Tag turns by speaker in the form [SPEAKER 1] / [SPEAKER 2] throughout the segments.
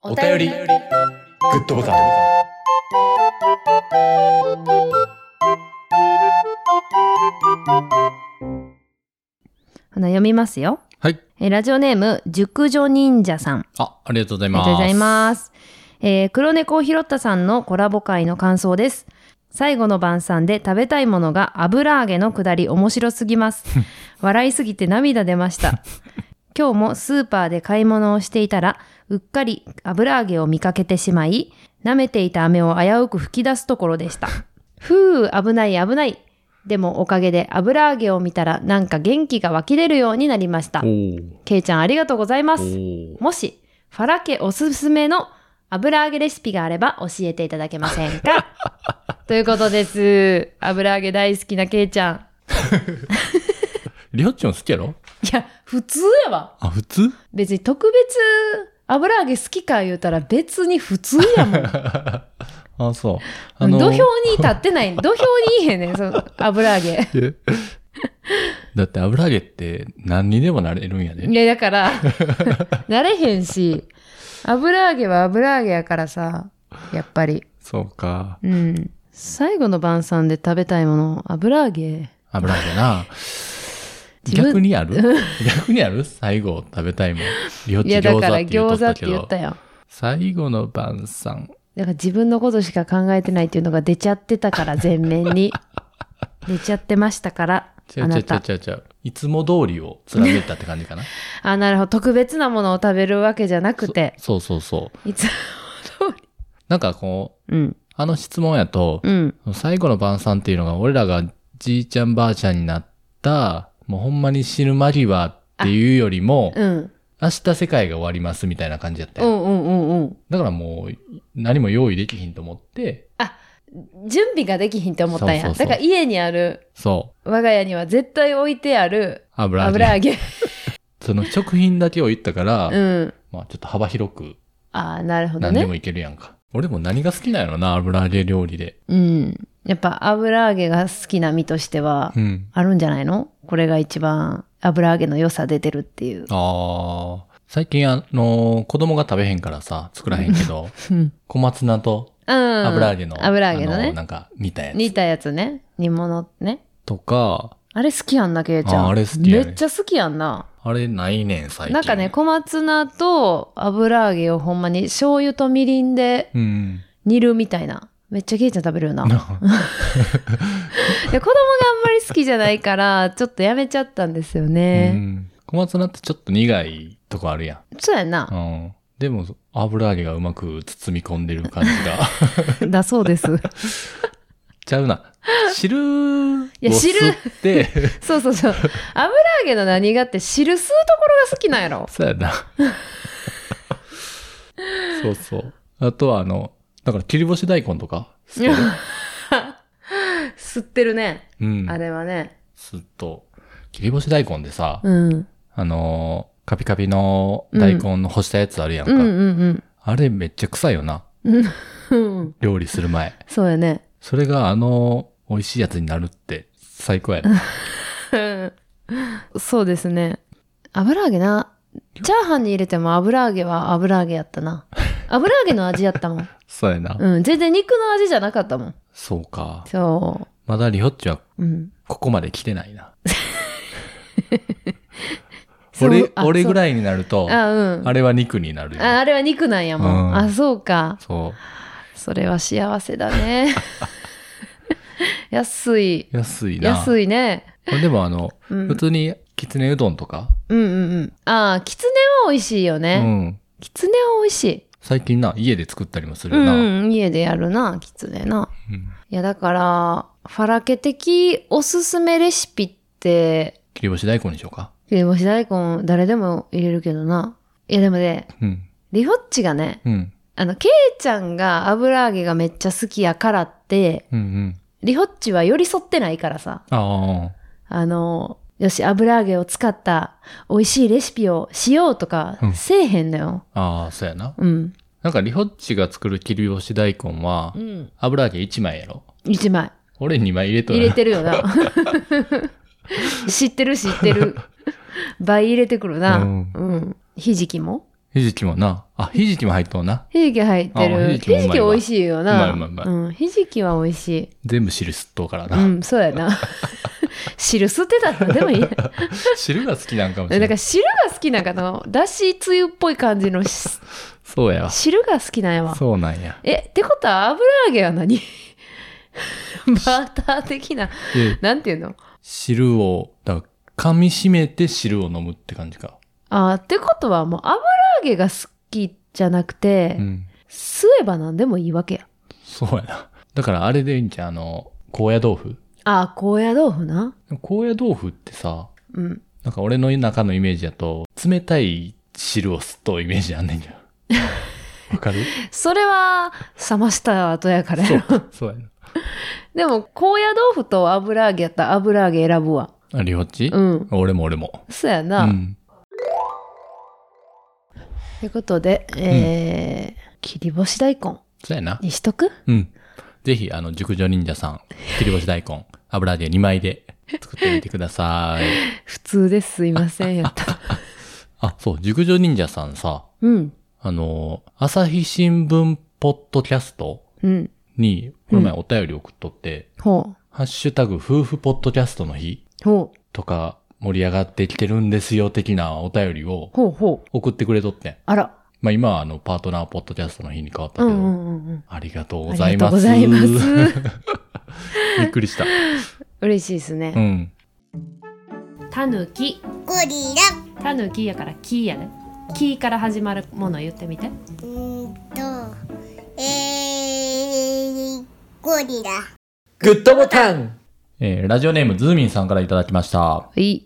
[SPEAKER 1] お便り、グッドボタン。
[SPEAKER 2] あの読みますよ。
[SPEAKER 3] はい。
[SPEAKER 2] えーラジオネーム、熟女忍者さん。
[SPEAKER 3] あ、ありがとうござい
[SPEAKER 2] あり
[SPEAKER 3] ま
[SPEAKER 2] が
[SPEAKER 3] す。
[SPEAKER 2] とうございます。えー黒猫を拾ったさんのコラボ会の感想です。最後の晩餐で食べたいものが油揚げのくだり面白すぎ ます。笑いすぎて涙出ました。今日もスーパーで買い物をしていたら、うっかり油揚げを見かけてしまい、舐めていた飴を危うく吹き出すところで した。ふう、危ない危ない。でもおかげで油揚げを見たらなんか元気が湧き出るようになりました
[SPEAKER 3] お。ー
[SPEAKER 2] けいちゃんありがとうございま
[SPEAKER 3] お
[SPEAKER 2] す。
[SPEAKER 3] ー
[SPEAKER 2] もし、ファラ家おすすめの油揚げレシピがあれば教えていただけません かということです。油揚げ大好きなけいちゃん。
[SPEAKER 3] りょっちょん好きやろ
[SPEAKER 2] いや、普通やわ。
[SPEAKER 3] あ、普通
[SPEAKER 2] 別に特別、油揚げ好きか言うたら別に普通や もん。
[SPEAKER 3] あ、そう。あ
[SPEAKER 2] 土俵
[SPEAKER 3] ー
[SPEAKER 2] に立って ない。土俵にいいへんねん、その油揚げ。
[SPEAKER 3] え だって油揚げって何にでもなれるんやで
[SPEAKER 2] い。や、だ から、慣れへんし、油揚げは油揚げやからさ、やっぱり。
[SPEAKER 3] そうか。
[SPEAKER 2] うん。最後の晩餐で食べたいもの、油揚げ。
[SPEAKER 3] 油揚げな。
[SPEAKER 2] 自分
[SPEAKER 3] 逆にある逆にある最後食べたいもん。りょっ
[SPEAKER 2] い
[SPEAKER 3] ち
[SPEAKER 2] や
[SPEAKER 3] 餃
[SPEAKER 2] だ
[SPEAKER 3] 子
[SPEAKER 2] から
[SPEAKER 3] って言う
[SPEAKER 2] 餃
[SPEAKER 3] と
[SPEAKER 2] 子
[SPEAKER 3] った
[SPEAKER 2] っ
[SPEAKER 3] け
[SPEAKER 2] て言
[SPEAKER 3] ど
[SPEAKER 2] っ。たよ
[SPEAKER 3] 最後の晩餐。
[SPEAKER 2] だから自分のことしか考えてないっていうのが出ちゃってたから全面 に出ちゃってましたから
[SPEAKER 3] ちゃ
[SPEAKER 2] あ
[SPEAKER 3] うち
[SPEAKER 2] な
[SPEAKER 3] ゃうちゃう
[SPEAKER 2] た
[SPEAKER 3] ちゃうちゃう。いつも通りを貫いたって感じ かな。
[SPEAKER 2] あなるほど特別なものを食べるわけじゃなくて
[SPEAKER 3] そうそうそう。
[SPEAKER 2] いつ
[SPEAKER 3] なんかこう、
[SPEAKER 2] うん
[SPEAKER 3] あの質問やと、
[SPEAKER 2] うん
[SPEAKER 3] 最後の晩餐っていうのが俺らがじいちゃんばあちゃんになった、もうほんまに死ぬ間際っていうよりも、
[SPEAKER 2] うん
[SPEAKER 3] 明日世界が終わりますみたいな感じやった
[SPEAKER 2] う
[SPEAKER 3] よ、
[SPEAKER 2] んうんうんうん
[SPEAKER 3] だからもう何も用意できひんと思って、
[SPEAKER 2] 準備ができひんって思ったんや
[SPEAKER 3] そうそうそう
[SPEAKER 2] だから家にある
[SPEAKER 3] そ
[SPEAKER 2] 我が家には絶対置いてある
[SPEAKER 3] う、油揚げ。
[SPEAKER 2] 油揚げ
[SPEAKER 3] その食品だけを言ったから、
[SPEAKER 2] うん
[SPEAKER 3] まあちょっと幅広く
[SPEAKER 2] ああなるほど
[SPEAKER 3] 何で
[SPEAKER 2] ね
[SPEAKER 3] もいけるやんか。俺も何が好きなんやろな、油揚げ料理で。
[SPEAKER 2] うんやっぱ油揚げが好きな身としては
[SPEAKER 3] うん。
[SPEAKER 2] あるんじゃないのこれが一番油揚げの良さ出てるって いう。
[SPEAKER 3] ああ、最近あのー子供が食べへんからさ、作らへんけど、
[SPEAKER 2] うん。
[SPEAKER 3] 小松菜と油揚げの、
[SPEAKER 2] 油揚げの
[SPEAKER 3] あ
[SPEAKER 2] ね。
[SPEAKER 3] なんか煮たやつ。
[SPEAKER 2] 煮たやつね。煮物ね。
[SPEAKER 3] とか、
[SPEAKER 2] あれ好きやんな、けいちゃん。
[SPEAKER 3] ああれ好きやね
[SPEAKER 2] めっちゃ好きやんな。
[SPEAKER 3] あれないねん、最近。
[SPEAKER 2] なんかね、、小松菜と油揚げをほんまに醤油とみりんで
[SPEAKER 3] うん。
[SPEAKER 2] 煮るみたいな。めっちゃけいちゃん食べるよな。で子供があんまり好きじゃないから、ちょっとやめちゃったんですよ
[SPEAKER 3] う
[SPEAKER 2] ね。
[SPEAKER 3] ん小松菜ってちょっと苦いとこあるや
[SPEAKER 2] そうやん
[SPEAKER 3] ん。
[SPEAKER 2] な。
[SPEAKER 3] うん。でも、油揚げがうまく包み込んでる感じが。
[SPEAKER 2] だそうです。
[SPEAKER 3] ちゃうな。汁を
[SPEAKER 2] や汁
[SPEAKER 3] 吸って、
[SPEAKER 2] そうそうそう。油揚げの何がって汁吸うところが好きなんやろ。
[SPEAKER 3] そうやな。そうそう。あとは、あの、だから切り干し大根とか、吸ってる
[SPEAKER 2] 吸ってるね。
[SPEAKER 3] うん。
[SPEAKER 2] あれはね。
[SPEAKER 3] すっと。切り干し大根でさ、
[SPEAKER 2] うん。
[SPEAKER 3] あのーカピカピの大根の干したやつあるやんか。
[SPEAKER 2] うんうん
[SPEAKER 3] あれめっちゃ臭いよな。
[SPEAKER 2] うん。うん。
[SPEAKER 3] 料理する前。
[SPEAKER 2] そうやね。
[SPEAKER 3] それがあの、美味しいやつになるって最高や な。
[SPEAKER 2] そうですね。油揚げな。チャーハンに入れても油揚げは油揚げやった な。油揚げの味やったもん。
[SPEAKER 3] そうやな。
[SPEAKER 2] うん。全然肉の味じゃなかったもん。
[SPEAKER 3] そうか。
[SPEAKER 2] そ
[SPEAKER 3] まだリホッチは
[SPEAKER 2] う。うん。
[SPEAKER 3] ここまで来てな いな。
[SPEAKER 2] そう
[SPEAKER 3] 俺、
[SPEAKER 2] あ
[SPEAKER 3] 俺ぐ
[SPEAKER 2] い。
[SPEAKER 3] らいになると、あ
[SPEAKER 2] あ、うん。あ
[SPEAKER 3] れは肉になるよ。
[SPEAKER 2] あれは肉なんやもん。
[SPEAKER 3] うん
[SPEAKER 2] あ、そうか。
[SPEAKER 3] そ
[SPEAKER 2] それは幸せだ ね。安い。
[SPEAKER 3] う。安いな。
[SPEAKER 2] 安いね。
[SPEAKER 3] でもあの、
[SPEAKER 2] うん
[SPEAKER 3] 普通にきつねうどんとか、
[SPEAKER 2] うんうんうん。ああ、きつねは美味しいよ
[SPEAKER 3] う
[SPEAKER 2] ね。
[SPEAKER 3] ん。
[SPEAKER 2] きつねは美味しい。
[SPEAKER 3] 最近な、家で作ったりもする
[SPEAKER 2] う
[SPEAKER 3] よ
[SPEAKER 2] ん
[SPEAKER 3] な。
[SPEAKER 2] うん、家でやるな、きつねな。
[SPEAKER 3] うん
[SPEAKER 2] いや、だから、ファラケ的おすすめレシピって、
[SPEAKER 3] 切り干し大根にしようか。
[SPEAKER 2] 切り干し大根誰でも入れるけどな。いや、でもね、
[SPEAKER 3] うん。
[SPEAKER 2] リホッチがね、
[SPEAKER 3] うん。
[SPEAKER 2] あの、ケイちゃんが油揚げがめっちゃ好きやからって、
[SPEAKER 3] うんうん。
[SPEAKER 2] リホッチは寄り添ってないからさ、
[SPEAKER 3] あ
[SPEAKER 2] あの、よし、油揚げを使った美味しいレシピをしようとか
[SPEAKER 3] うん、
[SPEAKER 2] せえへんのよ。
[SPEAKER 3] あ。ああ、そうやな。
[SPEAKER 2] うん。
[SPEAKER 3] なんかリホッチが作る切り干し大根は、
[SPEAKER 2] ん。
[SPEAKER 3] 油揚げ1枚やろ。
[SPEAKER 2] 一枚。
[SPEAKER 3] 俺2枚入れとる
[SPEAKER 2] 入れてるよ な。知ってる知ってる。倍入れてくるな。
[SPEAKER 3] う
[SPEAKER 2] うんん、ひじきも
[SPEAKER 3] ひじきもな。あ、ひじきも入っとうな。
[SPEAKER 2] ひじき入って
[SPEAKER 3] あ
[SPEAKER 2] る。
[SPEAKER 3] ひじ
[SPEAKER 2] ひ
[SPEAKER 3] きもうまい
[SPEAKER 2] じき美味しいよな。
[SPEAKER 3] うまいうまいうま
[SPEAKER 2] うん。ひじきは美味しい。
[SPEAKER 3] 全部汁吸っとうから
[SPEAKER 2] う
[SPEAKER 3] な。
[SPEAKER 2] ん、そうやな。汁吸ってたらでもいいや。
[SPEAKER 3] 汁が好きなんかもし
[SPEAKER 2] だか
[SPEAKER 3] れない。
[SPEAKER 2] ら汁が好きなんかな。だしつゆっぽい感じのし
[SPEAKER 3] そうやわ。
[SPEAKER 2] 汁が好きなんやわ。
[SPEAKER 3] そうなんや。
[SPEAKER 2] え、ってことは油揚げは何 バーター的な、
[SPEAKER 3] で、
[SPEAKER 2] なんていうの
[SPEAKER 3] 汁を、だから噛み締めて汁を飲むって感じか。
[SPEAKER 2] あーってことはもう油揚げが好きじゃなくて、
[SPEAKER 3] うん。
[SPEAKER 2] 吸えば何でもいいわけや。
[SPEAKER 3] そうやな。だからあれでいいんじゃん。あの、高野豆腐。
[SPEAKER 2] あー、高野豆腐な。
[SPEAKER 3] 高野豆腐ってさ、
[SPEAKER 2] うん。
[SPEAKER 3] なんか俺の中のイメージだと、冷たい汁を吸っとうイメージあんねんじゃん。 わかる
[SPEAKER 2] それは、冷ました後やからや
[SPEAKER 3] そう
[SPEAKER 2] ろ。
[SPEAKER 3] か。そうやな。
[SPEAKER 2] でも、高野豆腐と油揚げやったら油揚げ選ぶわ。
[SPEAKER 3] あ、りょうち
[SPEAKER 2] うん。
[SPEAKER 3] 俺も俺も。
[SPEAKER 2] そうや
[SPEAKER 3] う
[SPEAKER 2] な。
[SPEAKER 3] ん。
[SPEAKER 2] ということで、えー切り干し大根
[SPEAKER 3] そうやな。
[SPEAKER 2] にしとく
[SPEAKER 3] うん。ぜひ、あの、熟女忍者さん、切り干し大根、油揚げ2枚で作ってみてくだ さい。
[SPEAKER 2] 普通です。すいません。や った。
[SPEAKER 3] あ、そう、熟女忍者さんさ、
[SPEAKER 2] うん。
[SPEAKER 3] あの、朝日新聞ポッドキャスト
[SPEAKER 2] うん。
[SPEAKER 3] に、この前お便り送っとって、
[SPEAKER 2] ほ
[SPEAKER 3] ハッシュタグ夫婦ポッドキャストの日
[SPEAKER 2] う。ほう。
[SPEAKER 3] とか盛り上がってきてるんですよ的なお便りを
[SPEAKER 2] ほうほう。
[SPEAKER 3] 送ってくれとってん。
[SPEAKER 2] あら。
[SPEAKER 3] まあ今はあの、パートナーポッドキャストの日に変わったけ
[SPEAKER 2] う
[SPEAKER 3] ど、
[SPEAKER 2] んうんうんうん。
[SPEAKER 3] ありがとう
[SPEAKER 2] あ
[SPEAKER 3] ご
[SPEAKER 2] り
[SPEAKER 3] ざい
[SPEAKER 2] がとう
[SPEAKER 3] ます。
[SPEAKER 2] ございます。
[SPEAKER 3] びっくりした。
[SPEAKER 2] 嬉しいです
[SPEAKER 3] う
[SPEAKER 2] ね。
[SPEAKER 3] ん。
[SPEAKER 2] たぬき。
[SPEAKER 4] ゴリラ。
[SPEAKER 2] たぬきやからきやね。きから始まるもの言ってみて。
[SPEAKER 4] うーんと、えー、ゴリラ。
[SPEAKER 1] グッドボタン
[SPEAKER 3] えーラジオネームズーミンさんからいただきました。
[SPEAKER 2] い。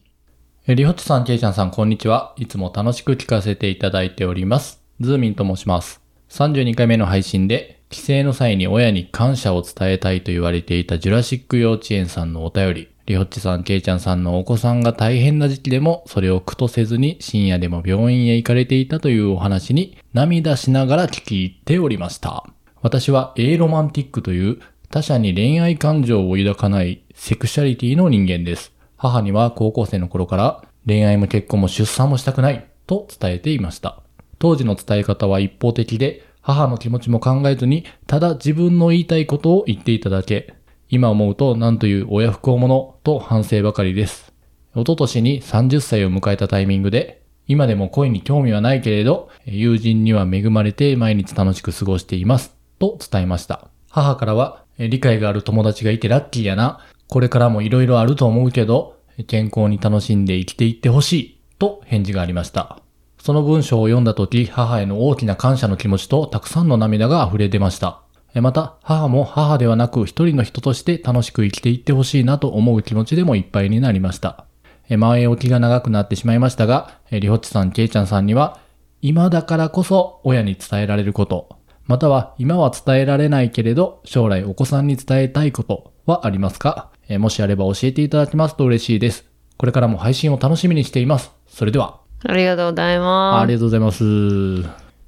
[SPEAKER 3] えーりほちさん、けいちゃんさん、こんにちは。いつも楽しく聞かせていただいております。ズーミンと申します。32回目の配信で、帰省の際に親に感謝を伝えたいと言われていたジュラシック幼稚園さんのお便り、りほちさん、けいちゃんさんのお子さんが大変な時期でも、それを苦とせずに深夜でも病院へ行かれていたというお話に、涙しながら聞き入っておりました。私は A ロマンティックという、他者に恋愛感情を抱かないセクシャリティの人間です。母には高校生の頃から恋愛も結婚も出産もしたくないと伝えていました。当時の伝え方は一方的で母の気持ちも考えずにただ自分の言いたいことを言っていただけ。今思うと何という親不孝者と反省ばかりです。一昨年に30歳を迎えたタイミングで、今でも恋に興味はないけれど、友人には恵まれて毎日楽しく過ごしています、と伝えました。母からは、え理解がある友達がいてラッキーやな。これからも色々あると思うけど、健康に楽しんで生きていってほしい、と返事がありました。その文章を読んだ時、母への大きな感謝の気持ちとたくさんの涙が溢れ出ました。えまた、母も母ではなく一人の人として楽しく生きていってほしいなと思う気持ちでもいっぱいになりました。え前置きが長くなってしまいましたが、えりほっちさん、けいちゃんさんには、今だからこそ親に伝えられること、または今は伝えられないけれど、将来お子さんに伝えたいことはありますかえもしあれば教えていただきますと嬉しいです。これからも配信を楽しみにしています。それでは。
[SPEAKER 2] ありがとうござい
[SPEAKER 3] あ
[SPEAKER 2] ま
[SPEAKER 3] り
[SPEAKER 2] す。
[SPEAKER 3] がとうございます。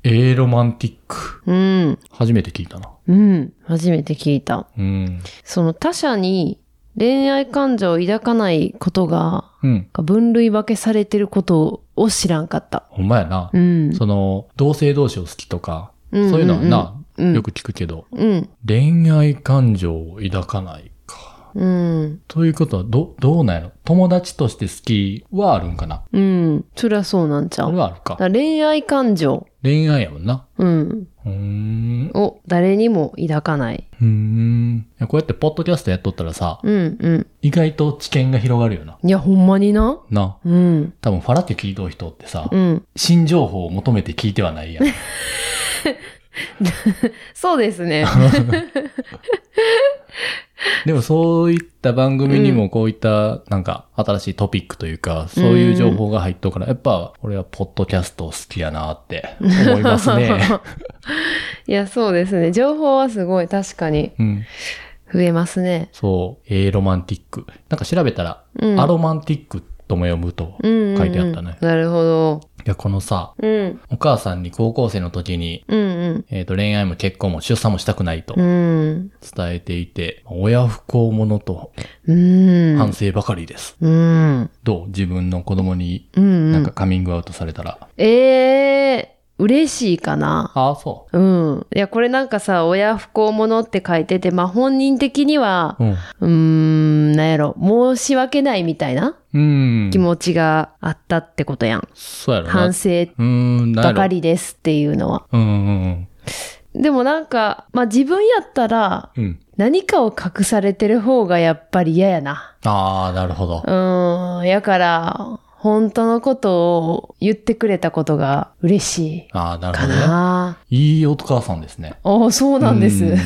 [SPEAKER 3] エーロマンティック。
[SPEAKER 2] うん。
[SPEAKER 3] 初めて聞いたな。
[SPEAKER 2] うん。初めて聞いた。
[SPEAKER 3] うん。
[SPEAKER 2] その他者に恋愛感情を抱かないことが、
[SPEAKER 3] うん。
[SPEAKER 2] 分類分けされてることを知らんかった。
[SPEAKER 3] ほんまやな。
[SPEAKER 2] うん。
[SPEAKER 3] その、同性同士を好きとか、
[SPEAKER 2] うんうんうん
[SPEAKER 3] そういうのはな、
[SPEAKER 2] うん
[SPEAKER 3] よく聞くけど、
[SPEAKER 2] うん。
[SPEAKER 3] 恋愛感情を抱かないか。
[SPEAKER 2] うん。
[SPEAKER 3] ということは、ど、どうなんやろ友達として好きはあるんかな
[SPEAKER 2] うん。そりゃそうなんちゃ
[SPEAKER 3] こ
[SPEAKER 2] う。
[SPEAKER 3] れ
[SPEAKER 2] だ
[SPEAKER 3] はあるか
[SPEAKER 2] か。ら恋愛感情、
[SPEAKER 3] 恋愛やもんな。
[SPEAKER 2] うん、
[SPEAKER 3] うーん。
[SPEAKER 2] を誰にも抱かない。
[SPEAKER 3] うーん。いやこうやってポッドキャストやっとったらさ、
[SPEAKER 2] うんう
[SPEAKER 3] 意外と知見が広がるよな。
[SPEAKER 2] ん。いや、ほんまにな。
[SPEAKER 3] な。
[SPEAKER 2] うん。
[SPEAKER 3] 多分、ファラって聞いとう人ってさ、
[SPEAKER 2] うん。
[SPEAKER 3] 新情報を求めて聞いてはないやん。
[SPEAKER 2] そうです ね。
[SPEAKER 3] でもそういった番組にもこういったなんか新しいトピックというか、そういう情報が入っとうから、やっぱ俺はポッドキャスト好きやなって思いま すね。
[SPEAKER 2] いや、そうですね。情報はすごい確かに
[SPEAKER 3] うん。
[SPEAKER 2] 増えますね。
[SPEAKER 3] そう。エーロマンティック。なんか調べたら、
[SPEAKER 2] うん
[SPEAKER 3] アロマンティックとも読むと
[SPEAKER 2] うんうん、うん。
[SPEAKER 3] 書いてあったね。い
[SPEAKER 2] なるほど。
[SPEAKER 3] や、このさ、
[SPEAKER 2] うん。
[SPEAKER 3] お母さんに高校生の時に、
[SPEAKER 2] うん
[SPEAKER 3] えっ、と、恋愛も結婚も出産もしたくないと
[SPEAKER 2] うん。うん。
[SPEAKER 3] 伝えていて、親不孝者と
[SPEAKER 2] うん。
[SPEAKER 3] 反省ばかりです。
[SPEAKER 2] うん。
[SPEAKER 3] どう自分の子供に
[SPEAKER 2] うん、う
[SPEAKER 3] なん
[SPEAKER 2] ん
[SPEAKER 3] か。カミングアウトされたら。
[SPEAKER 2] ええ嬉しいかな。
[SPEAKER 3] ああ、そ
[SPEAKER 2] うん。いや、これなんかさ、親不幸者って書いてて、まあ本人的には
[SPEAKER 3] う。、うん。
[SPEAKER 2] うーん、なんやろ、申し訳ないみたいな
[SPEAKER 3] うん。
[SPEAKER 2] 気持ちがあったってことやん。
[SPEAKER 3] そうやろな。
[SPEAKER 2] 反省
[SPEAKER 3] うーん、なんや
[SPEAKER 2] ば
[SPEAKER 3] ろ
[SPEAKER 2] か。りですっていうのは。
[SPEAKER 3] うんうん
[SPEAKER 2] でもなんか、まあ自分やったら、
[SPEAKER 3] うん。うん。
[SPEAKER 2] 何かを隠されてる方がやっぱり嫌やな。
[SPEAKER 3] ああ、なるほど。
[SPEAKER 2] うーん、やから、本当のことを言ってくれたことが嬉しい
[SPEAKER 3] ああ、なる
[SPEAKER 2] か
[SPEAKER 3] ほどね。
[SPEAKER 2] な。
[SPEAKER 3] いいお母さんですね。
[SPEAKER 2] ああ、そうなんです。
[SPEAKER 3] う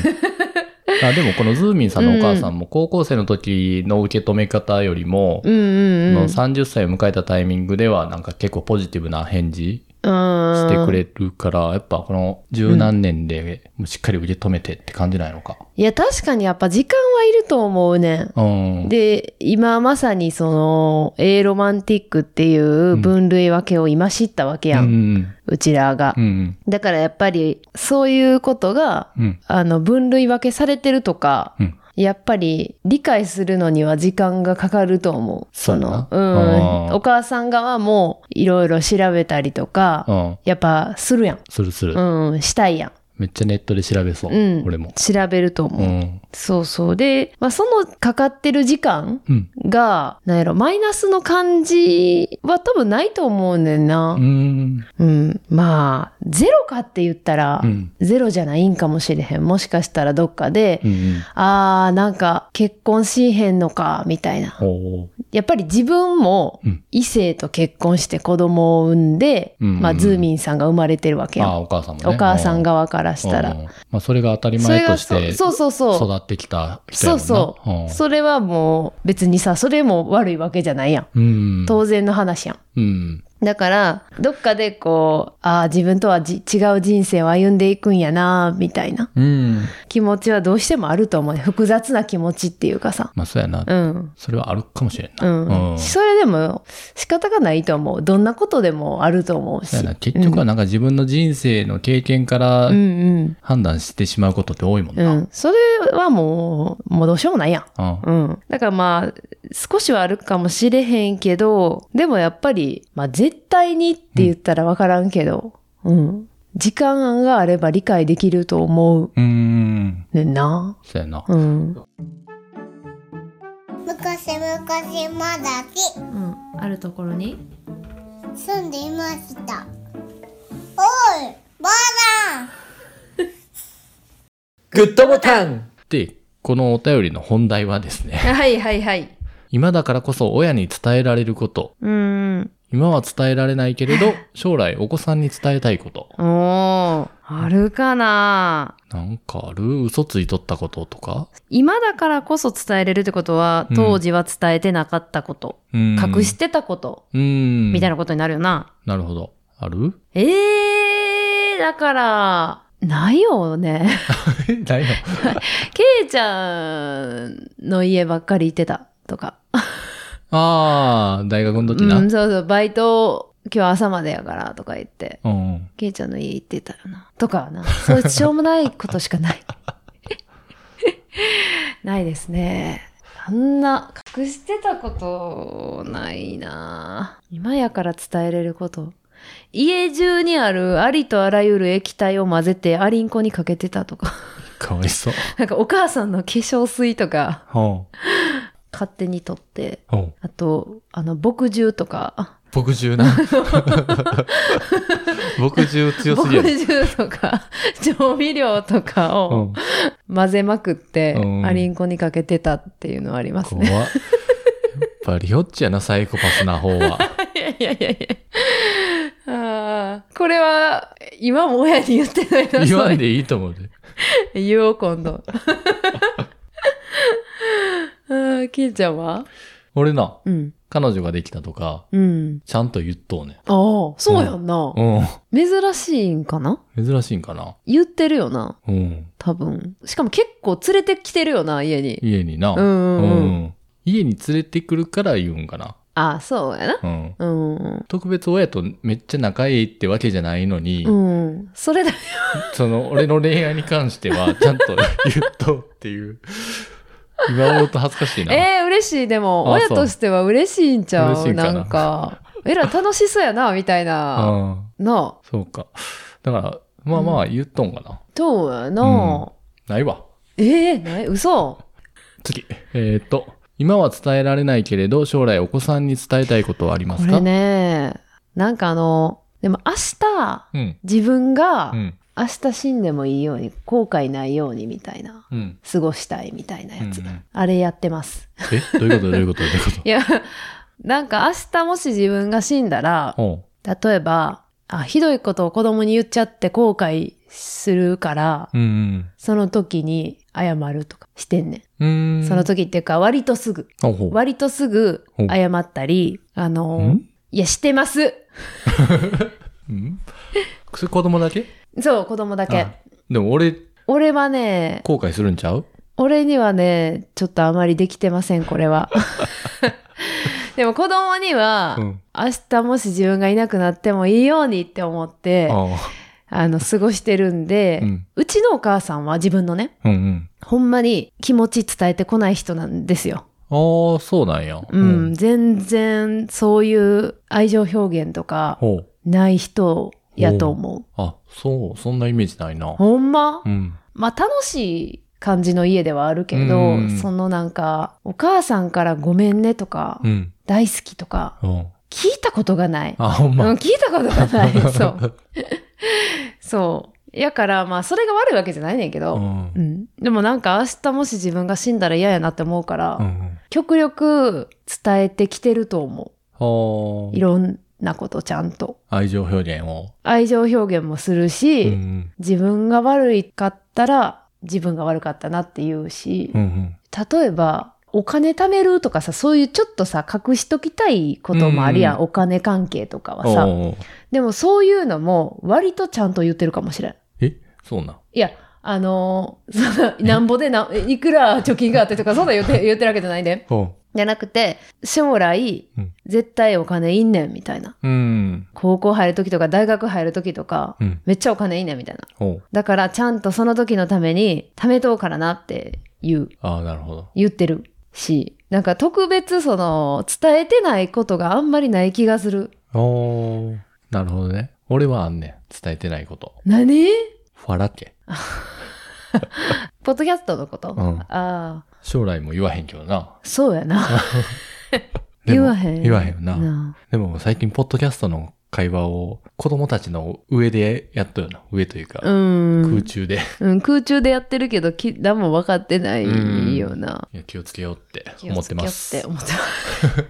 [SPEAKER 3] あでもこのズーミンさんのお母さんも高校生の時の受け止め方よりも、
[SPEAKER 2] うんうんうん。
[SPEAKER 3] その30歳を迎えたタイミングではなんか結構ポジティブな返事
[SPEAKER 2] し
[SPEAKER 3] してくれるから、やっぱこの十何年でもうしっかり受け止めてって感じないのか。
[SPEAKER 2] いや、確かにやっぱ時間はいると思うねん。
[SPEAKER 3] うん。
[SPEAKER 2] で、今まさにその、A ロマンティックっていう分類分けを今知ったわけ
[SPEAKER 3] う。
[SPEAKER 2] やん。うんちらが。
[SPEAKER 3] うん。
[SPEAKER 2] だからやっぱり、そういうことが、
[SPEAKER 3] うん。
[SPEAKER 2] あの、分類分けされてるとか、
[SPEAKER 3] うん
[SPEAKER 2] やっぱり理解するのには時間がかかると思う。
[SPEAKER 3] そうや
[SPEAKER 2] の
[SPEAKER 3] な、
[SPEAKER 2] うん
[SPEAKER 3] う。ん
[SPEAKER 2] お母さん側もいろいろ調べたりとか、
[SPEAKER 3] うん。
[SPEAKER 2] やっぱするやん。
[SPEAKER 3] するする。
[SPEAKER 2] うん、したいやん。
[SPEAKER 3] めっちゃネットで調べそう。
[SPEAKER 2] うん。
[SPEAKER 3] 俺も。
[SPEAKER 2] 調べると思う。
[SPEAKER 3] うん。
[SPEAKER 2] そうそう。で、まあ、そのかかってる時間
[SPEAKER 3] うん。
[SPEAKER 2] が、なんやろ、マイナスの感じは多分ないと思うねんな
[SPEAKER 3] う。ん。
[SPEAKER 2] うん。まあ、ゼロかって言ったら、
[SPEAKER 3] うん
[SPEAKER 2] ゼロじゃないんかもしれへん。もしかしたらどっかで、
[SPEAKER 3] うん。
[SPEAKER 2] あー、なんか結婚しへんのか、みたいな。
[SPEAKER 3] おー
[SPEAKER 2] やっぱり自分も
[SPEAKER 3] うん
[SPEAKER 2] 異性と結婚して子供を産んで、
[SPEAKER 3] うんうんうん
[SPEAKER 2] まあ、ズーミンさんが生まれてるわけ
[SPEAKER 3] あ
[SPEAKER 2] や
[SPEAKER 3] あ、
[SPEAKER 2] ん。
[SPEAKER 3] お母さんもね。
[SPEAKER 2] お母さん
[SPEAKER 3] が
[SPEAKER 2] 側からしたら。
[SPEAKER 3] まあ、それが当たり前とし
[SPEAKER 2] それ
[SPEAKER 3] て
[SPEAKER 2] がそ
[SPEAKER 3] 育
[SPEAKER 2] うそうそうそう。
[SPEAKER 3] ってきた人や
[SPEAKER 2] そ
[SPEAKER 3] も
[SPEAKER 2] うん
[SPEAKER 3] な。
[SPEAKER 2] そう。それはもう別にさ、それも悪いわけじゃないやん。
[SPEAKER 3] うん。
[SPEAKER 2] 当然の話やん。
[SPEAKER 3] うん。
[SPEAKER 2] だから、どっかでこう、ああ、自分とはじ違う人生を歩んでいくんやな、みたいな
[SPEAKER 3] うん。
[SPEAKER 2] 気持ちはどうしてもあると思うね。複雑な気持ちっていうかさ。
[SPEAKER 3] まあ、そうやな。
[SPEAKER 2] うん。
[SPEAKER 3] それはあるかもしれんな。
[SPEAKER 2] うん。
[SPEAKER 3] うん
[SPEAKER 2] それでも仕方がないと思う。どんなことでもあると思う
[SPEAKER 3] そう
[SPEAKER 2] し。
[SPEAKER 3] やな。結局はなんか自分の人生の経験から
[SPEAKER 2] うんうん。
[SPEAKER 3] 判断してしまうことって多いもん
[SPEAKER 2] う
[SPEAKER 3] な。
[SPEAKER 2] ん。それはもう、もうどうしようもないやん。
[SPEAKER 3] うん。
[SPEAKER 2] うん。だからまあ、少しはあるかもしれへんけど、でもやっぱり、まあ絶対にって言ったらわからんけど、うん、時間があれば理解できると思う
[SPEAKER 3] うん。
[SPEAKER 2] ねんな。
[SPEAKER 3] そうやな。
[SPEAKER 2] うん。
[SPEAKER 4] 昔昔まだけ
[SPEAKER 2] うん。あるところに
[SPEAKER 4] 住んでいましたおいばあさん
[SPEAKER 1] グッドボタン
[SPEAKER 3] で、このお便りの本題はですね、
[SPEAKER 2] はいはいはい。
[SPEAKER 3] 今だからこそ親に伝えられること、
[SPEAKER 2] うん。
[SPEAKER 3] 今は伝えられないけれ ど、将来お子さんに伝えたいこと、
[SPEAKER 2] おー、あるかな
[SPEAKER 3] なんかある嘘ついとったこととか、
[SPEAKER 2] 今だからこそ伝えれるってことは、
[SPEAKER 3] うん
[SPEAKER 2] 当時は伝えてなかったこと、
[SPEAKER 3] うん
[SPEAKER 2] 隠してたこと、
[SPEAKER 3] うん。
[SPEAKER 2] みたいな
[SPEAKER 3] な。
[SPEAKER 2] ことになるよな。
[SPEAKER 3] なるほど。あ る
[SPEAKER 2] ええー、だから、ないよね。
[SPEAKER 3] ないの
[SPEAKER 2] ケイちゃんの家ばっかり行ってたとか。
[SPEAKER 3] ああ、大学の時
[SPEAKER 2] う、
[SPEAKER 3] な。うんん。
[SPEAKER 2] そうそう、バイト今日朝までやからとか言って、
[SPEAKER 3] うん、
[SPEAKER 2] ケイちゃんの家行ってたよな。とかはな。そういうしょうもないことしかない。 ないですね。あんな隠してたことないな今やから伝えれること。家中にあるありとあらゆる液体を混ぜてアリンコにかけてたとか。
[SPEAKER 3] かわいそう。
[SPEAKER 2] なんかお母さんの化粧水とか
[SPEAKER 3] ほ
[SPEAKER 2] 勝手に取って、
[SPEAKER 3] う。ほう。
[SPEAKER 2] あと、あの、墨汁とか、
[SPEAKER 3] 墨 汁な。墨汁強すぎ
[SPEAKER 2] 墨
[SPEAKER 3] る。
[SPEAKER 2] 汁とか、 調味料とか
[SPEAKER 3] う
[SPEAKER 2] を
[SPEAKER 3] ん。
[SPEAKER 2] 混ぜまくって
[SPEAKER 3] う、ん
[SPEAKER 2] アリンコにかけてたっていうのはあります
[SPEAKER 3] 怖っ。
[SPEAKER 2] ね。
[SPEAKER 3] やっぱりよっちやな、サイコパスな方は。
[SPEAKER 2] いやいやいやいや。あーこれは、今も親に言ってないな。
[SPEAKER 3] 言
[SPEAKER 2] そ
[SPEAKER 3] わ
[SPEAKER 2] れ
[SPEAKER 3] んでいいと思うで。
[SPEAKER 2] 言おう、今度。 あーキンちゃんは
[SPEAKER 3] 俺な、
[SPEAKER 2] うん。
[SPEAKER 3] 彼女ができたとか、
[SPEAKER 2] うん。
[SPEAKER 3] ちゃんと言っとうね。
[SPEAKER 2] ああ、そうやんな。
[SPEAKER 3] う。
[SPEAKER 2] 珍しいんかなん
[SPEAKER 3] 珍しいんかな。
[SPEAKER 2] 言ってるよな。
[SPEAKER 3] うん。
[SPEAKER 2] 多分。しかも結構連れてきてるよな、家に。
[SPEAKER 3] 家にな。
[SPEAKER 2] うんうんうん。
[SPEAKER 3] うん家に連れてくるから言うんかな。
[SPEAKER 2] あ、そうやな。
[SPEAKER 3] うん。
[SPEAKER 2] うん。
[SPEAKER 3] 特別親とめっちゃ仲いいってわけじゃないのに、
[SPEAKER 2] うん。それだ。
[SPEAKER 3] その俺の恋愛に関して はちゃんと言っとうっていう。今思うと恥ずかしいな。
[SPEAKER 2] えー、嬉しい。でも、
[SPEAKER 3] あ
[SPEAKER 2] 親
[SPEAKER 3] そう
[SPEAKER 2] としては嬉しいんちゃ
[SPEAKER 3] 嬉し
[SPEAKER 2] う
[SPEAKER 3] いか
[SPEAKER 2] な
[SPEAKER 3] なん
[SPEAKER 2] か。えら、楽しそうやな、みたいな。
[SPEAKER 3] うん。
[SPEAKER 2] な
[SPEAKER 3] そうか。だから、まあまあ言っとんかな。
[SPEAKER 2] どうやな、
[SPEAKER 3] ないわ。
[SPEAKER 2] ええない嘘
[SPEAKER 3] 次。えーっと、今は伝えられないけれど、将来お子さんに伝えたいことはありま
[SPEAKER 2] こ
[SPEAKER 3] すか
[SPEAKER 2] れね、なんかあの、でも明日、
[SPEAKER 3] うん。
[SPEAKER 2] 自分が
[SPEAKER 3] うん。
[SPEAKER 2] 明日死んでもいいように、後悔ないようにみたいな、
[SPEAKER 3] うん。
[SPEAKER 2] 過ごしたいみたいなやつ。
[SPEAKER 3] うんうん
[SPEAKER 2] あれやってます。
[SPEAKER 3] え、どういうことどういうことどういうこ
[SPEAKER 2] いや、なんか明日もし自分が死んだら
[SPEAKER 3] と、おう。
[SPEAKER 2] 例えば、あ、ひどいことを子供に言っちゃって後悔するから、
[SPEAKER 3] うん
[SPEAKER 2] その時に謝るとかしてんね。
[SPEAKER 3] うん。うんーん。
[SPEAKER 2] その時っていうか、割とすぐ。
[SPEAKER 3] おほう。
[SPEAKER 2] 割とすぐ
[SPEAKER 3] ほう
[SPEAKER 2] 謝ったり、あの
[SPEAKER 3] ん、
[SPEAKER 2] いや、してます。
[SPEAKER 3] うんそれ子供だけ
[SPEAKER 2] そう、子供だけ
[SPEAKER 3] あ。でも俺、
[SPEAKER 2] 俺はね、
[SPEAKER 3] 後悔するんちゃう
[SPEAKER 2] 俺にはね、ちょっとあまりできてません、これ は。でも子供には、
[SPEAKER 3] うん
[SPEAKER 2] 明日もし自分がいなくなってもいいようにって思って、あ
[SPEAKER 3] あ
[SPEAKER 2] の、過ごしてるんで、
[SPEAKER 3] う
[SPEAKER 2] うんちのお母さんは自分のね、
[SPEAKER 3] あ。うんうん。
[SPEAKER 2] ほんまに気持ち伝えてこない人なんですよ。
[SPEAKER 3] ああ、そうなんや。
[SPEAKER 2] うん、。全然そういう愛情表現とか
[SPEAKER 3] ほう。
[SPEAKER 2] ない人やと思
[SPEAKER 3] あ、そう、そんなイメージないな
[SPEAKER 2] う。。ほんま
[SPEAKER 3] うん。
[SPEAKER 2] まあ楽しい感じの家ではあるけど
[SPEAKER 3] うん、
[SPEAKER 2] そのなんか、お母さんからごめんねとか、
[SPEAKER 3] うん。
[SPEAKER 2] 大好きとか、
[SPEAKER 3] うん。
[SPEAKER 2] 聞いたことがない。
[SPEAKER 3] あ、ほん
[SPEAKER 2] う
[SPEAKER 3] ま
[SPEAKER 2] ん、。 聞いたことがない。 そう。そう。やから、まあそれが悪いわけじゃないねんけ
[SPEAKER 3] う
[SPEAKER 2] ど、
[SPEAKER 3] ん
[SPEAKER 2] う。ん。でもなんか明日もし自分が死んだら嫌やなって思うから、
[SPEAKER 3] うん。
[SPEAKER 2] 極力伝えてきてると思
[SPEAKER 3] ほ
[SPEAKER 2] う。いろんなことちゃんと。
[SPEAKER 3] 愛情表現を。
[SPEAKER 2] 愛情表現もするし、
[SPEAKER 3] うん
[SPEAKER 2] 自分が悪いかったら自分が悪かったなって言うし、
[SPEAKER 3] うん。うん
[SPEAKER 2] 例えばお金貯めるとかさそういうちょっとさ隠しときたいこともあるやん、
[SPEAKER 3] う
[SPEAKER 2] お金関係とか
[SPEAKER 3] う
[SPEAKER 2] は
[SPEAKER 3] ん。お
[SPEAKER 2] さ
[SPEAKER 3] おー。
[SPEAKER 2] でもそういうのも割とちゃんと言ってるかもしれん
[SPEAKER 3] え、そうなん。
[SPEAKER 2] いやあのー そんななんぼでないくら貯金があってとかそんな言って 言ってるわけじゃないで
[SPEAKER 3] ほ
[SPEAKER 2] じゃなくて将来、
[SPEAKER 3] うん
[SPEAKER 2] 絶対お金いんねんみたいな
[SPEAKER 3] う。うん。
[SPEAKER 2] 高校入る時とか大学入る時とか、
[SPEAKER 3] うん。
[SPEAKER 2] めっちゃお金いんねんみたいな
[SPEAKER 3] ほう。
[SPEAKER 2] だからちゃんとその時のために貯めとうからなって言う
[SPEAKER 3] ああ、なるほど。
[SPEAKER 2] 言ってるしなんか特別その伝えてないことがあんまりない気がする
[SPEAKER 3] おお。なるほどね。俺はあんねん。伝えてないこと。
[SPEAKER 2] 何
[SPEAKER 3] ファラケ。
[SPEAKER 2] ポッドキャストのこと、
[SPEAKER 3] うん
[SPEAKER 2] ああ
[SPEAKER 3] 将来も言わへんけどな。
[SPEAKER 2] そうやな
[SPEAKER 3] で
[SPEAKER 2] 言
[SPEAKER 3] も
[SPEAKER 2] わへん
[SPEAKER 3] 言わへんよな。
[SPEAKER 2] な
[SPEAKER 3] でも最近、ポッドキャストの会話を子供たちの上でやっとるな。上というか
[SPEAKER 2] あう、ん
[SPEAKER 3] 空中で。
[SPEAKER 2] うん、空中でやってるけどき何も分かってないよな、
[SPEAKER 3] いや気をつけようって思ってます。
[SPEAKER 2] 気をつけようって思ってます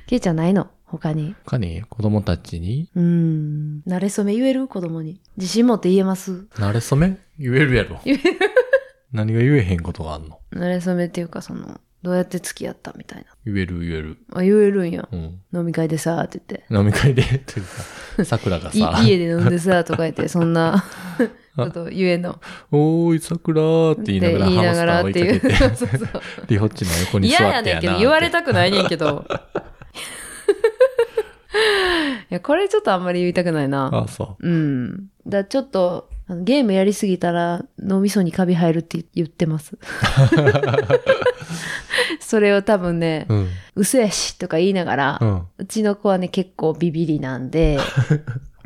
[SPEAKER 2] ケイちゃんないの他に
[SPEAKER 3] 他に子供たちに、
[SPEAKER 2] うん慣れ初め言える子供に自信持って言えます
[SPEAKER 3] 慣れ初め言えるやろ。何が言えへんことがあんの
[SPEAKER 2] 慣れ初めっていうかそのどうやって付き合ったみたい
[SPEAKER 3] 言える言える。
[SPEAKER 2] なあ言えるんや
[SPEAKER 3] うん。
[SPEAKER 2] 飲み会でさーって言って
[SPEAKER 3] 飲み会で、 というか、 桜がさ、
[SPEAKER 2] い家で飲んでさとか言ってそん なこと言えの
[SPEAKER 3] おーい、桜ーって言いながらハムスターを追いかけ
[SPEAKER 2] って言いながらっていう
[SPEAKER 3] て、
[SPEAKER 2] そうそう
[SPEAKER 3] リホッチの横に座っ
[SPEAKER 2] 嫌
[SPEAKER 3] てや
[SPEAKER 2] やねん
[SPEAKER 3] な
[SPEAKER 2] けど言われたくないねんけど いやこれちょっとあんまり言いたくないな
[SPEAKER 3] あ、そ
[SPEAKER 2] うんだからちょっとあのゲームやりすぎたら脳みそにカビ入るって言ってます それを多分ね
[SPEAKER 3] う。うん。
[SPEAKER 2] 「嘘やし」とか言いながら、
[SPEAKER 3] うん。
[SPEAKER 2] うちの子はね、結構ビビりなん で、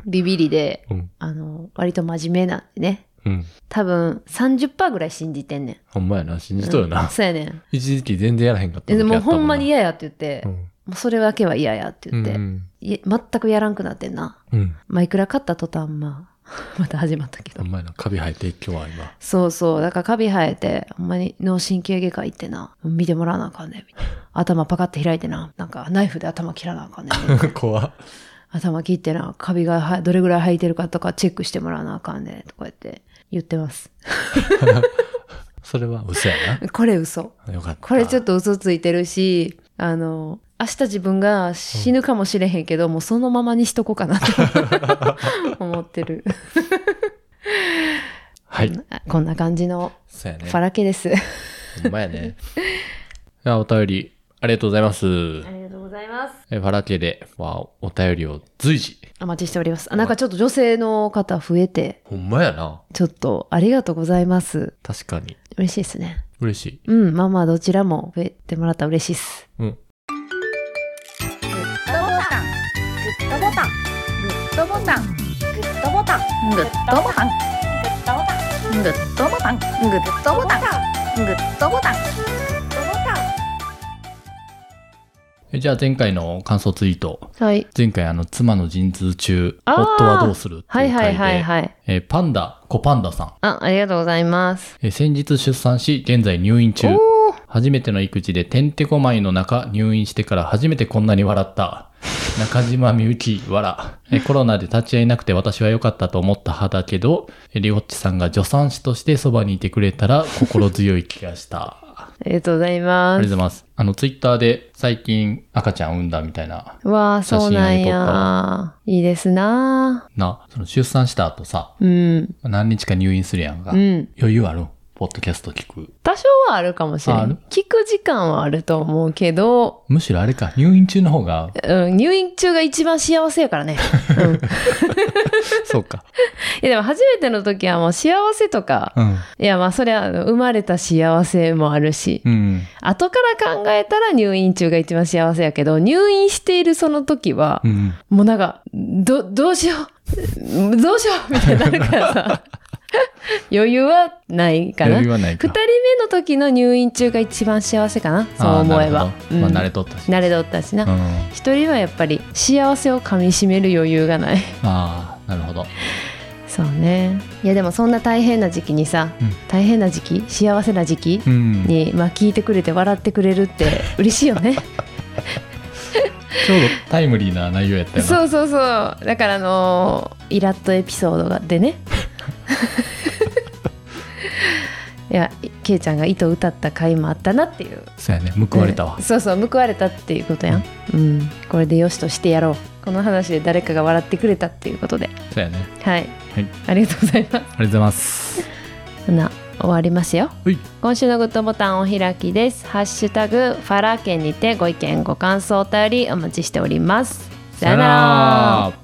[SPEAKER 2] ビビりで、
[SPEAKER 3] うん。
[SPEAKER 2] あの、割と真面目なんでね。
[SPEAKER 3] うん。
[SPEAKER 2] 多分30%ぐらい信じてんねん。
[SPEAKER 3] ほんまやな。信じとる
[SPEAKER 2] うん
[SPEAKER 3] な。
[SPEAKER 2] そうやねん。
[SPEAKER 3] 一時期全然やらへんかった
[SPEAKER 2] え
[SPEAKER 3] 時
[SPEAKER 2] で
[SPEAKER 3] や
[SPEAKER 2] も
[SPEAKER 3] った
[SPEAKER 2] ほんまに
[SPEAKER 3] や
[SPEAKER 2] 嫌やって言って、
[SPEAKER 3] うん
[SPEAKER 2] も。うそれだけは嫌やって
[SPEAKER 3] う
[SPEAKER 2] 言って、
[SPEAKER 3] ん。
[SPEAKER 2] いえ全くやらんくなってんな。
[SPEAKER 3] うん。
[SPEAKER 2] まあ、いくら勝った途端、まあ、 また始まったけ
[SPEAKER 3] ほ
[SPEAKER 2] ど。
[SPEAKER 3] んまやな。カビ生えて、今日は今。
[SPEAKER 2] そうそう。だからカビ生えて、ほんまに脳神経外科行ってな、見てもらわなあかんねん。みたいな頭パカって開いてな、なんかナイフで頭切らなあかんねん。
[SPEAKER 3] 怖っ
[SPEAKER 2] 頭切ってな、カビがはどれぐらい生えてるかとかチェックしてもらわなあかんねとか言って言ってます。
[SPEAKER 3] それは嘘や
[SPEAKER 2] これ嘘。
[SPEAKER 3] な。よかった。
[SPEAKER 2] これちょ
[SPEAKER 3] っ
[SPEAKER 2] っと嘘ついてるし、あの、明日自分が死ぬかもしれへんけど、もうそのままにしとこうかなと 思ってる。
[SPEAKER 3] と。はい。
[SPEAKER 2] あこんな感じの
[SPEAKER 3] そうやね。
[SPEAKER 2] ファラケです。
[SPEAKER 3] ほんまやね。じゃあ、お便り、ありがとうございます。
[SPEAKER 2] りがとうございます。
[SPEAKER 3] えファラケでは、お便りを随時。
[SPEAKER 2] お待ちしております。あなんかちょっと女性の方増えて、
[SPEAKER 3] ほんまやな。
[SPEAKER 2] ちょっとありがとうございます。
[SPEAKER 3] 確かに。
[SPEAKER 2] 嬉しいですね。
[SPEAKER 3] 嬉しい。
[SPEAKER 2] うん、まあまあどちらも増えてもらったら嬉しいです。
[SPEAKER 3] うん。
[SPEAKER 4] グッドボタングッドボタングッドボタングッドボタン
[SPEAKER 5] タングッドボタングッドボタングッドボタングッドボタン
[SPEAKER 3] えじゃあ前回の感想ツイート。
[SPEAKER 2] はい。
[SPEAKER 3] 前回あの、妻の陣痛中、
[SPEAKER 2] あー
[SPEAKER 3] 夫はどうするっていう
[SPEAKER 2] は
[SPEAKER 3] 回
[SPEAKER 2] い
[SPEAKER 3] で、
[SPEAKER 2] はいはいはい。
[SPEAKER 3] えーパンダ、コパンダさん。
[SPEAKER 2] あ、ありがとうございます。
[SPEAKER 3] えー先日出産し、現在入院中。
[SPEAKER 2] おー
[SPEAKER 3] 初めての育児でてんてこまいの中入院してから初めてこんなに笑った。中島みゆき、笑。えコロナで立ち会えなくて私は良かったと思った派だけど、えリオッチさんが助産師としてそばにいてくれたら心強い気が した。あ
[SPEAKER 2] ありがとうございま
[SPEAKER 3] りがとうご
[SPEAKER 2] す。
[SPEAKER 3] ざいます。あの、ツイッターで最近赤ちゃん産んだみたいな、
[SPEAKER 2] わあ、そうなん
[SPEAKER 3] 写真撮った
[SPEAKER 2] や。いいですな
[SPEAKER 3] な、その出産した後さ、
[SPEAKER 2] うん。
[SPEAKER 3] 何日か入院するやんが、
[SPEAKER 2] うん。
[SPEAKER 3] 余裕あるんポッドキャスト聞く。
[SPEAKER 2] 多少はあるかもしれな
[SPEAKER 3] あ
[SPEAKER 2] い
[SPEAKER 3] る。
[SPEAKER 2] 聞く時間はあると思うけど、
[SPEAKER 3] むしろあれか、入院中の方が、
[SPEAKER 2] うん、入院中が一番幸せやからね。うん。い
[SPEAKER 3] そうか。
[SPEAKER 2] やでも初めての時はもう幸せとか、
[SPEAKER 3] うん。
[SPEAKER 2] いやまあそれは生まれた幸せもあるし、
[SPEAKER 3] うん。
[SPEAKER 2] 後から考えたら入院中が一番幸せやけど、入院しているその時は
[SPEAKER 3] う、ん。
[SPEAKER 2] もうなんか、ど、どうしよう、 どうしようみたいになるから さ、余裕はないかな。
[SPEAKER 3] 余
[SPEAKER 2] 二
[SPEAKER 3] 裕はないか
[SPEAKER 2] 人。目の時の入院中が一番幸せかな、そう思え
[SPEAKER 3] あー
[SPEAKER 2] ば
[SPEAKER 3] なる。ほ
[SPEAKER 2] う
[SPEAKER 3] ど
[SPEAKER 2] ん
[SPEAKER 3] まあ、慣れとったし。
[SPEAKER 2] 慣れとったしな。
[SPEAKER 3] うん、
[SPEAKER 2] 一人はやっぱり幸せをかみしめる余裕がない
[SPEAKER 3] ああ、なるほど。
[SPEAKER 2] そうねいやでもそんな大変な時期にさ、
[SPEAKER 3] うん
[SPEAKER 2] 大変な時期幸せな時期、
[SPEAKER 3] うん。ち
[SPEAKER 2] にまあ聞いてくれて笑ってくれるって嬉しいよね
[SPEAKER 3] ょうどタイムリーな内容やったよな。
[SPEAKER 2] そうそうそうだからあのーイラッとエピソードがで ねいやけいちゃんが糸歌った回もあったなっていう
[SPEAKER 3] そうやね、報われたわ
[SPEAKER 2] うん。そうそう報われたっていうことやん、うん、これでよしとしてやろうこの話で誰かが笑ってくれたっていうことで
[SPEAKER 3] そうやね。
[SPEAKER 2] はい、
[SPEAKER 3] はい
[SPEAKER 2] ありがとうございます
[SPEAKER 3] ありがとうございます。
[SPEAKER 2] ほな終わりますよ
[SPEAKER 3] はい
[SPEAKER 2] 今週のグッドボタンお開きですハッシュタグファラー県にてご意見ご感想お便りお待ちしておりますさよなら
[SPEAKER 3] ら。